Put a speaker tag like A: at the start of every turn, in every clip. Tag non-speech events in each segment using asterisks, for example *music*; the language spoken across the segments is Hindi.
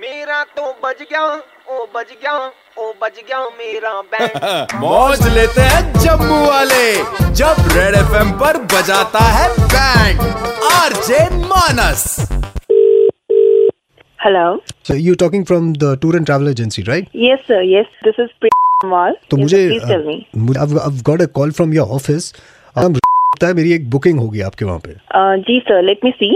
A: मेरा तो बज गया ओ बज गया ओ बज गया मेरा बैंड
B: मौज लेते हैं जम्मू वाले जब रेड एफएम पर बजाता है band RJ Manas
C: Hello.
D: So you're talking from the tour and travel agency, right?
C: Yes, sir. Yes, this is Priya Mall.
D: तो
C: yes,
D: मुझे uh,
C: sir, please tell me.
D: मुझे I've, I've got a call from your office. Um, लगता है *laughs* मेरी एक बुकिंग होगी आपके वहाँ पे
C: Uh, G, sir. Let me see.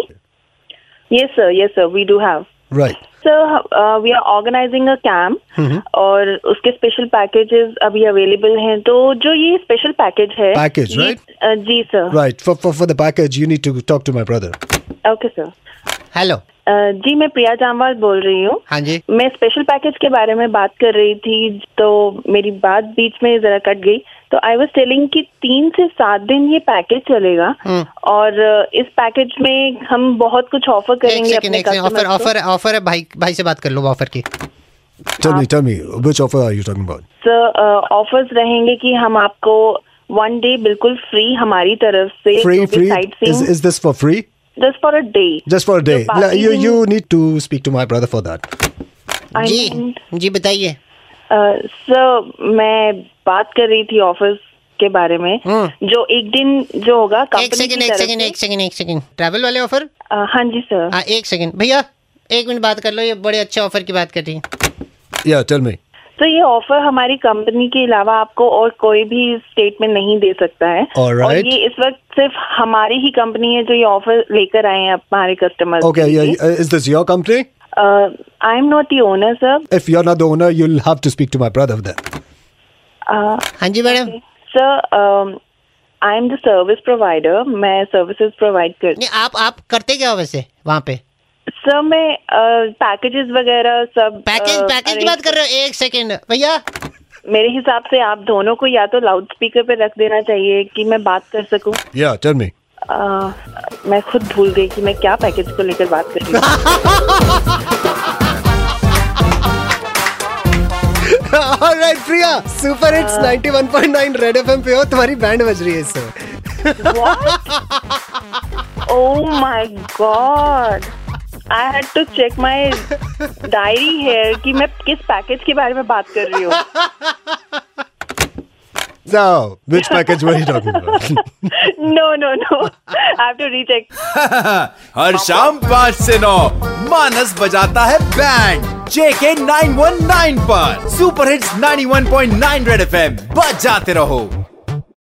C: Yes, sir. Yes, sir. We do have.
D: Right
C: So uh, we are organizing a camp
D: Mm-hmm.
C: और उसके special packages अभी available हैं तो जो ये special package है
D: Package,
C: ये-
D: right?
C: uh, जी sir
D: right for for for the package you need to talk to my brother
C: okay sir
E: hello
C: Uh, जी मैं प्रिया जामवाल बोल रही हूँ
E: हाँ जी
C: मैं स्पेशल पैकेज के बारे में बात कर रही थी तो मेरी बात बीच में जरा कट गई तो आई वाज टेलिंग कि तीन से सात दिन ये पैकेज चलेगा
E: हम्म।
C: और अ, इस पैकेज में हम बहुत कुछ ऑफर
E: एक
C: करेंगे
E: सेकंड
C: अपने
E: एक सेकंड
C: customers
E: ऑफर
C: को।
E: ऑफर ऑफर है भाई भाई से बात कर लो ऑफर की
D: tell me tell me which offer are you talking about
C: sir offers रहेंगे कि हम आपको वन डे बिल्कुल फ्री हमारी तरफ से
D: free free is is this for free
C: just for a day
D: just for day
C: बाकी
D: यू
C: दिन-
D: you need to speak to my brother for that
E: जी जी बताइए
C: सर मैं बात कर रही थी ऑफर्स के बारे में जो एक दिन जो होगा
E: हम्म। एक
C: कंपनी
E: सेकंड
C: की
E: एक
C: तरफ
E: सेकंड
C: से
E: एक सेकंड एक सेकंड ट्रैवल वाले ऑफर
C: अ, हाँ जी सर
E: हाँ एक सेकंड भैया एक मिनट बात कर लो ये बड़े अच्छे ऑफर की बात कर रही हैं
D: या टेल मी
C: तो ये ऑफर हमारी कंपनी के अलावा आपको और कोई भी स्टेट में नहीं दे सकता है
D: Alright.
C: और ये इस वक्त सिर्फ हमारी ही कंपनी है जो ये ऑफर लेकर आए हैं हमारे customer
D: okay is this your company
C: Uh, I am not the owner sir
D: if you are not the owner you will have to speak to my brother then
C: Uh,
E: हाँ जी मैडम नहीं
C: sir I am the service provider मैं सर्विसेज प्रोवाइड कर
E: आप आप करते क्या हो वैसे वहाँ पे
C: सर मैं पैकेजेस वगैरह सब uh,
E: पैकेज पैकेज की
C: arrange-
E: बात कर रहे हो एक सेकंड भैया
C: मेरे हिसाब से आप दोनों को या तो लाउड स्पीकर पे रख देना चाहिए कि मैं बात कर सकूं
D: या टेल मी
C: अ, मैं खुद भूल गई कि मैं क्या पैकेज को लेकर बात कर रही हूँ
D: alright Priya super hits 91.9 red FM पे हो तुम्हारी बैंड बज रही है इस समय
C: Oh my god. I had to check my diary here कि मैं किस पैकेज के बारे में बात कर रही हूँ
D: So, which package were you talking about?
C: No, no, no. I have to recheck.
B: हर शाम पाँच से नौ मानस बजाता है band JK nine one nine पर super hits 91.9 one point nine red F M बजाते रहो